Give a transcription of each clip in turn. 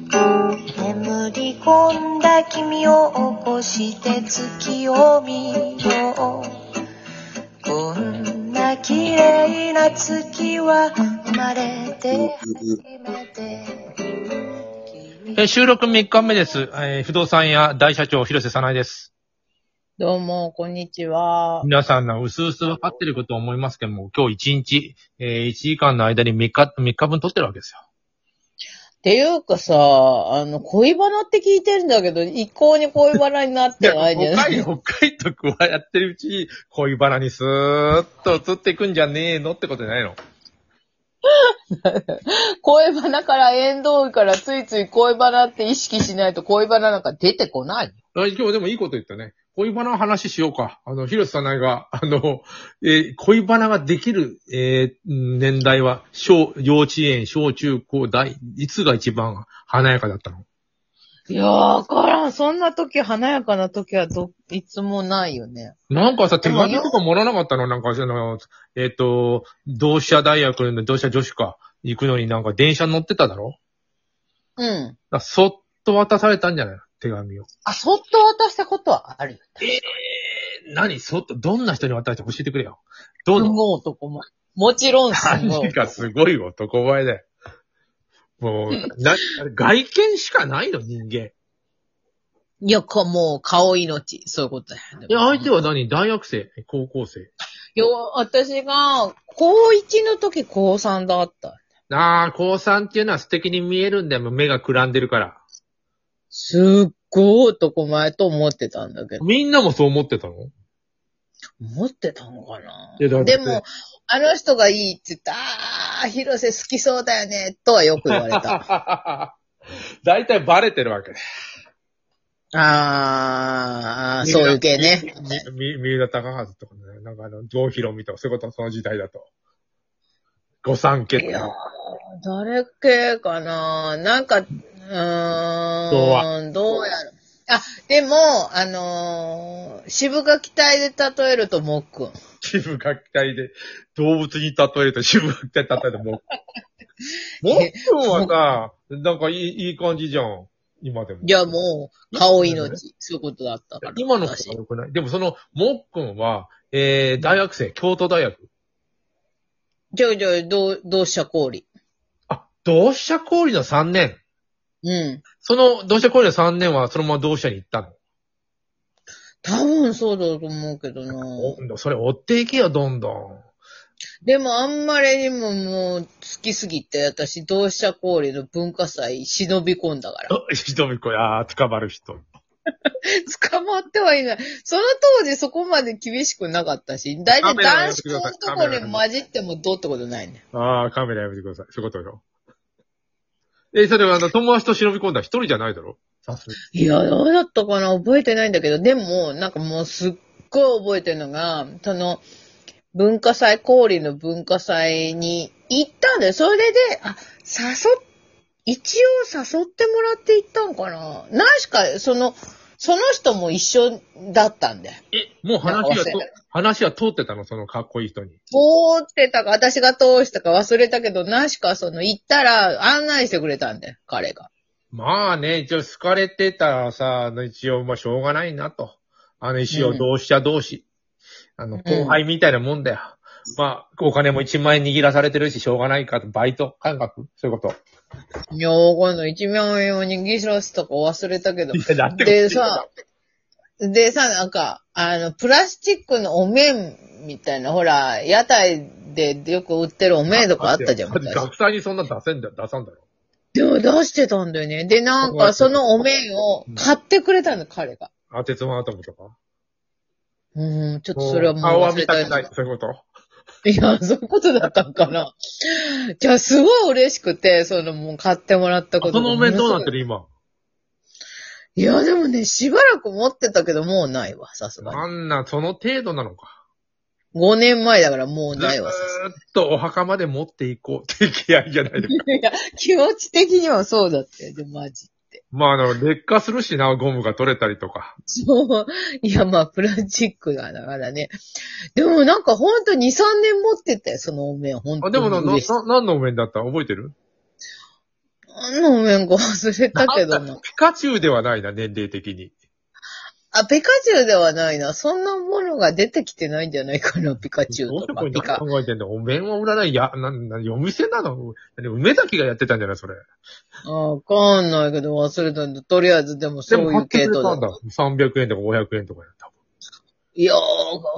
眠り込んだ君を起こして月を見ようこんな綺麗な月は生まれて初めて君えー収録3日目です。えー不動産屋大社長、広瀬さないです。どうも、こんにちは。皆さんの薄々分かってることを思いますけども、今日1日、え1時間の間に3日、3日分撮ってるわけですよ。っていうかさ、あの、恋バナって聞いてるんだけど、一向に恋バナになってないじゃない北海道区はやってるうちに、恋バナにスーッと移っていくんじゃねえのってことじゃないの恋バナから縁遠いからついつい恋バナって意識しないと恋バナなんか出てこない。あ今日でもいいこと言ったね。恋バナの話しようか。あの、広瀬さないが、あの、えー恋バナができる、えー年代は、小、幼稚園、小中高、大、いつが一番華やかだったのいやー、わからん。そんな時、華やかな時はど、いつもないよね。なんかさ、手でも紙とかもらわなかったのなんか、その、えっ、と、同志社大学の同志社女子か、行くのになんか電車乗ってただろうん。だからそっと渡されたんじゃないの手紙を。あ、そっと渡したことはあるよ。え、何そっと、どんな人に渡して教えてくれよ。どすうごい男も。もちろんす ご何い。がすごい男前だよ。もう、な、外見しかないの人間。いいや、かもう、顔命。そういうことだよ。や、相手は何大学生高校生よ、私が、高1の時、高3だった。ああ、高3っていうのは素敵に見えるんだよ。もう目がくらんでるから。すっごい男前と思ってたんだけど。みんなもそう思ってたの思ってたのかないやだってでも、あの人がいいって言った、あー、広瀬好きそうだよね、とはよく言われ た。大体バレてるわけね。あー、そういう系ね。み、三浦高橋とかね、なんかあの、上広美とか、そういうこと、その時代だと。御三家いとやーか。誰系かななんか、うーん、どうやろ。あ、でも、あのー、渋垣隊で例えると、もっくん。渋学隊で、動物に例えると、渋学隊で例えると、 もう。もっくんはさ、なんかいい、いい感じじゃん。今でも。いや、もう、顔命。そういうことだったから。今の私子が良くないでもその、もっくんは、えー、大学生、京都大学。ちょいちょい、どう、どうした氷。あ、同志社氷の3年。うん。その、同志社氷の3年は、そのまま同志社に行ったの。多分そうだと思うけどな。今度、それ追っていけよ、どんど ん。でもあんまりにももう好きすぎて、私、同志社氷の文化祭忍び込ん だから。人見子や、捕まる人。捕まってはいない。その当時そこまで厳しくなかったし、大体男子校のとこに混じってもどうってことないね。ああ、カメラやめてください。そういうことよ。え、それは、あの、友達と忍び込んだ一人じゃないだろさすがいや、どうだったかな覚えてないんだけど、でも、なんかもうすっごい覚えてるのが、その、文化祭、氷の文化祭に行ったんだよ。それで、あ、誘っ、一応誘ってもらって行ったんかな何しか、その、その人も一緒だったんだよ。え、もう話がいや忘れとた、話は通ってたのそのかっこいい人に。通ってたか、私が通したか忘れたけど、何しかその、行ったら案内してくれたんだよ、彼が。まあね、一応好かれてたらさ、あの、一応、まあ、しょうがないなと。あの、一応、うん同志社同士。あの、後輩みたいなもんだよ。まあ、お金も1万円握らされてるし、しょうがないかと、バイト感覚そういうこと。いや、わかんない。一万円を握らせたか忘れたけど。や、だっでさ、でさ、なんか、あの、プラスチックのお面みたいな、ほら、屋台でよく売ってるお面とかあったじゃん、だって昔。学祭にそんな出せんだ、出さんだろ。でも出してたんだよね。で、なんか、そのお面を買ってくれたんだ、彼が。あ、鉄腕アトムとか。うん、ちょっとそれはもう顔は忘見れたたくない。そういうこと。いや、そういうことだったんかな。じゃあ、すごい嬉しくて、その、もう買ってもらったこそとがのお面どうなってる今。いや、でもね、しばらく持ってたけど、もうないわ、さすがに。あんな、その程度なのか。 5年前だからもうずないーわ、っさすがに。とお墓まで 持っていこうって気合いじゃないですか。いや、気持ち的にはそうだったよ、でもマジって。まあ、あの、劣化するしな、ゴムが取れたりとか。そう。いや、まあ、プラスチックだからね。でもなんかほんと2、3年持ってたよ、そのお面。ほんとあ、にでもな、な、嬉しいな何の面だった覚えてる何のお面か忘れたけどな。ピカチュウではないな、年齢的に。あ、ピカチュウではないな。そんなものが出てきてないんじゃないかな、ピカチュどうウしてとこか。れピカ。考えてんだお面は売らない、や、な、な、お店なの何梅崎がやってたんじゃないそれ。あわかんないけど忘れたんだ。とりあえず、でもでそもうい買ってう系くれた統んだ。だ。300円とか500円とかやった。いや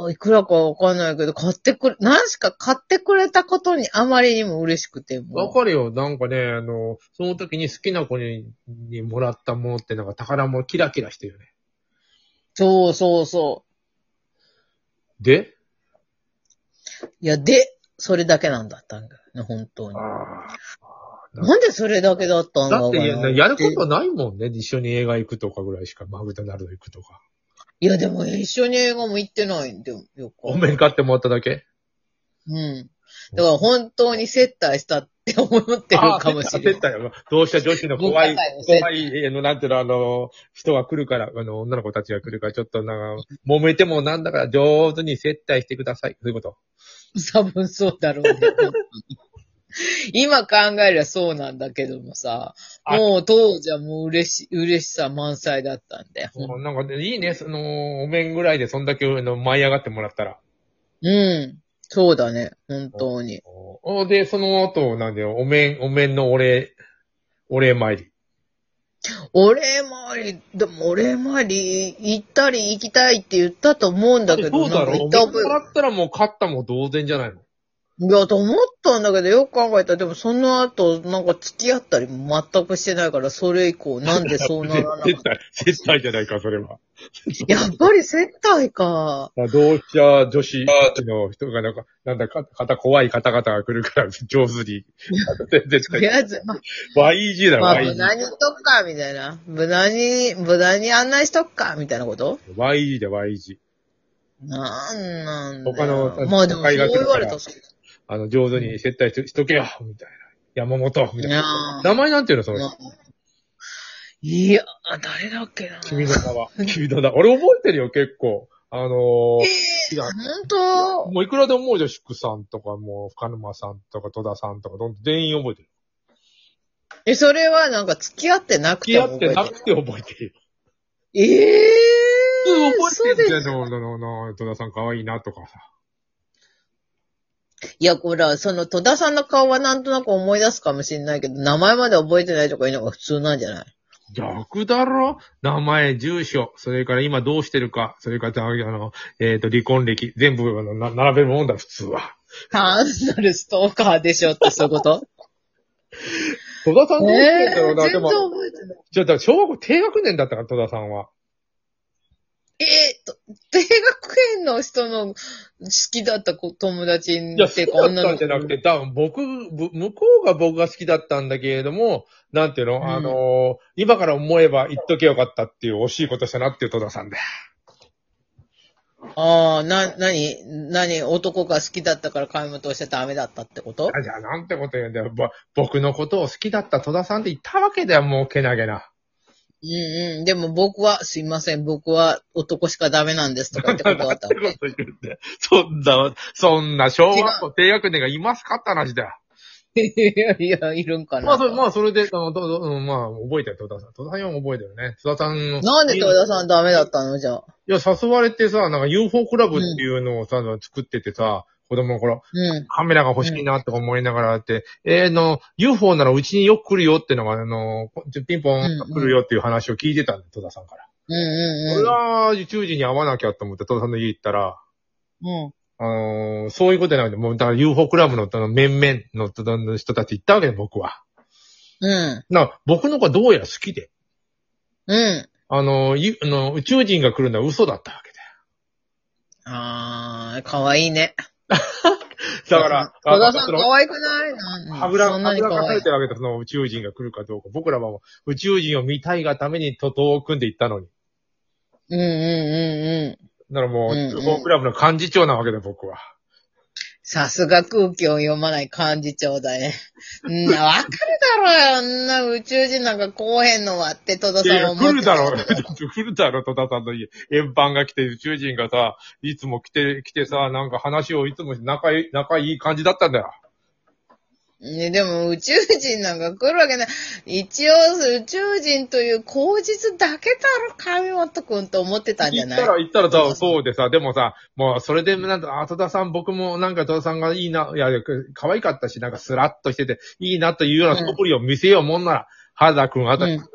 ー、いくらかわかんないけど、買ってくれ、何しか買ってくれたことにあまりにも嬉しくて。もうわかるよ。なんかね、あの、その時に好きな子ににもらったものってなんか宝物キラキラしてるよね。そうそうそでう。いや、で、それだけなんだったんだよね、本当に。あなんでそれだけだったんだだろっうてなややることないもんね。一緒に映画行くとかぐらいしか、マグダナルド行くとか。いや、でも一緒に映画も行ってないんだよ、よく。お面買ってもらっただけうん。だから本当に接待したって思ってるかもしれあな出い。たよ。どうした女子の怖い文化祭の、せい怖い、あの、なんていうの、あの、人が来るから、あの、女の子たちが来るから、ちょっとなんか、揉めてもなんだから上手に接待してください。そういうこと。多分そうだろうね。今考えりゃそうなんだけどもさ、あもう当時はもう嬉し、嬉しさ満載だったんだよ。なんかね、いいね、その、お面ぐらいでそんだけ、あの、舞い上がってもらったら。うん。そうだね、本当に。おで、その後、なんだよ、お面、お面のお礼、お礼参り。お礼参り、でもお礼参り行ったり行きたいって言ったと思うんだけど、そうだなんかろ行うったも覚えらったらもう勝ったも同然じゃないの。いや、と思ったんだけど、よく考えたら、でもその後、なんか付き合ったりも全くしてないから、それ以降、なんでそうな らなかっ接待、接待じゃないか、それは。た。やっぱり接待か。あ同志社女子の人がなんか、なんだか、方、怖い方々が来るから、上手に。 全然とりあえず、まあ、 YG だろ、まあ、無 YG。難にとっか、みたいな。無難に、無難に案内しとっか、みたいなこと YG だ、YG。なんなんだよ。他のまあで都も、そう会が言来るわかられたらそうあの、上手に接待ししとけよ、みたいな。山本、みたいいやな。ー名前なんていうの、その人な。いや、誰だっけな。君の名は。君の名は。俺覚えてるよ、結構。あのー、違う本当もういくらでも思うじゃん、宿さんとか、もう深沼さんとか、戸田さんとか、どんどん全員覚えてる。え、それはなんか付き合ってなく付きて合もってな覚くて覚えてるよ。えてる。ええー。覚えてるじゃん、嘘ででもななな戸田さん可愛いなとかさ。いや、ほら、その戸田さんの顔はなんとなく思い出すかもしれないけど、名前まで覚えてないとかいうのが普通なんじゃない逆だろ名前、住所、それから今どうしてるか、それから、あの、えっ、と、離婚歴、全部、あの、な並べるもんだ、普通は。単なるストーカーでしょってそういうこと 戸田さんどうしえてんだろえうな、で全然も、覚えてない。じゃあ、だから小学校低学年だったから、戸田さんは。ええと、低学園の人の好きだった子友達いや、っ好きていうだか女ったのんじ子ゃなくて、多分僕、ぶ向こうが僕が好きだったんだけれども、なんていうの、んあのー今から思えば言っとけよかったっていう惜しいことしたなっていう戸田さんで。 ああ、な、なに、なに、男が好きだったから買い物をしちゃダメだったってことあじゃあ、なんてこと言うんだよ。ぼ僕のことを好きだった戸田さんって言ったわけだよ、もうけなげな。うんうん。でも僕は、すいません、僕は男しかダメなんです とか言ってなんてこことだったわけ。と言うんだよ。 そんな、そんな小学校低学年がいますかって話だよ。いやいや、いるんかな。まあ、それ、まあ、それで、あの、どどうんまあ、覚えてる、戸田さん。戸田さんは覚えてるね。戸田さんの。なんで豊田さんダメだったのじゃあ。いや、誘われてさ、なんか UFO クラブっていうのをさ、作っててさ、子供の頃、うん。カメラが欲しいなとか思いながらって、えー、の、UFO ならうちによく来るよってのが、あの、こピンポンうんうん来るよっていう話を聞いてたんだ、戸田さんから。うん俺うは、宇宙人に会わなきゃと思って戸田さんの家行ったら、んうん。うん。あのーそういうことじゃなくて、もう、だから UFO クラブの、あの、面々の戸田の人たち行ったわけよ、僕は。うな、僕の子はどうやら好きで、ん。うあの、ゆあの宇宙人が来るのは嘘だったわけん。あー、かわいいね。だ。だから、戸田さあんそかのわいくないな。はぐら、そはんなぐにからかさわいれいて。るわけで、その宇宙人が来るかどうか。僕らはもう宇宙人を見たいがために徒党を組んでいったのに。うんうんうんうん。だからもう、うんうん宇宙クラブの幹事長なわけだ、僕は。さすが空気を読まない幹事長だね。んな、わかるだろうよ。んな宇宙人なんか来おへんのはって戸田いさやいや、んは思っ来てるだろう。来るだろう、戸田さんの家。円盤が来て、宇宙人がさ、いつも来て、来てさ、なんか話をいつも仲いい、仲いい感じだったんだよ。ね、でも宇宙人なんか来るわけない。一応宇宙人という口実だけだろ、神本くんと思ってたんじゃ行っないたら、行ったらさ、そうでさ、でもさ、もうそれで、なんか、あ、戸田さん、僕もなんか戸田さんがいいな、いや、可愛かったし、なんかスラッとしてて、いいなというようなうんそぶりを見せようもんなら、原田くんあたり、うんふふ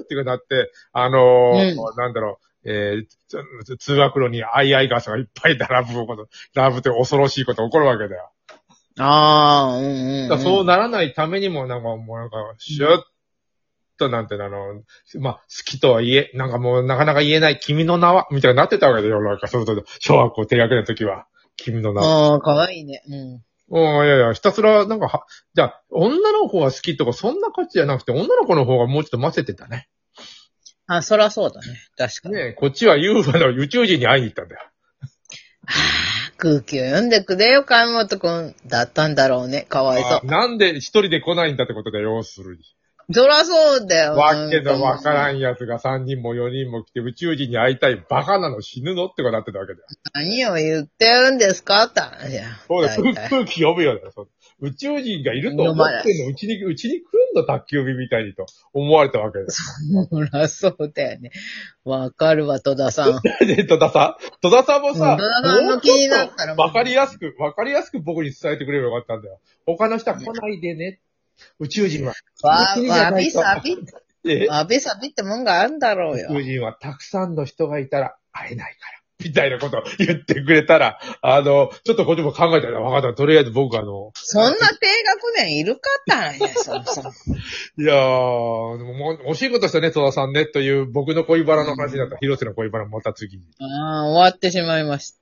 ーってなって、あのーうなんだろう、えーつ、通学路にアイアイガスがいっぱい並ぶこと、並ぶって恐ろしいこと起こるわけだよ。ああ、うんうん、うん。だからそうならないためにも、なんかもうなんか、シュッとなんていうの、あの、まあ、好きとは言え、なんかもうなかなか言えない君の名は、みたいになってたわけだよ、なんか、そうそう、小学校低学年の時は。君の名は。ああ、かわいいね。うん。うん、いやいや、ひたすら、なんかは、じゃあ、女の子が好きとか、そんな価値じゃなくて、女の子の方がもうちょっと混ぜてたね。あ、そらそうだね。確かに。ねえこっちは UFO の宇宙人に会いに行ったんだよ。空気を読んでくれよ、神本くん。だったんだろうね。かわいそあなんで一人で来ないんだってことだよ、要するに。う。そらそうだよ。わけのわからん。ん奴が3人も4人も来て宇宙人に会いたいバカなの死ぬのってことになってたわけだよ。何を言ってるんですかって話や。そうだよ、空大体 空気読むよだよ。そう宇宙人がいると思ってんの、うちに、うちに来るんだ、宅急便みたいにと思われたわけです。そらそうだよね。わかるわ、戸田さん。で、 戸田さん戸田さんもさ、うん戸田さんのもうちょっと気になったらわかりやすく、わかりやすく僕に伝えてくれればよかったんだよ。他の人は来ないでね。宇宙人は。わ、気にわならなび いとさび、 えわびさびってもんがあるんだろ うよ。宇宙人はたくさんの人がいたら会えないから。みたいなこと言ってくれたら、あの、ちょっとこっちも考えたら分かった。とりあえず僕あの、そんな低学年いるかったんや、そもそも。いやー、でももう惜しいことしたね、戸田さんね、という僕の恋バラの話だった。広瀬の恋バラもまた次に。ああ、終わってしまいました。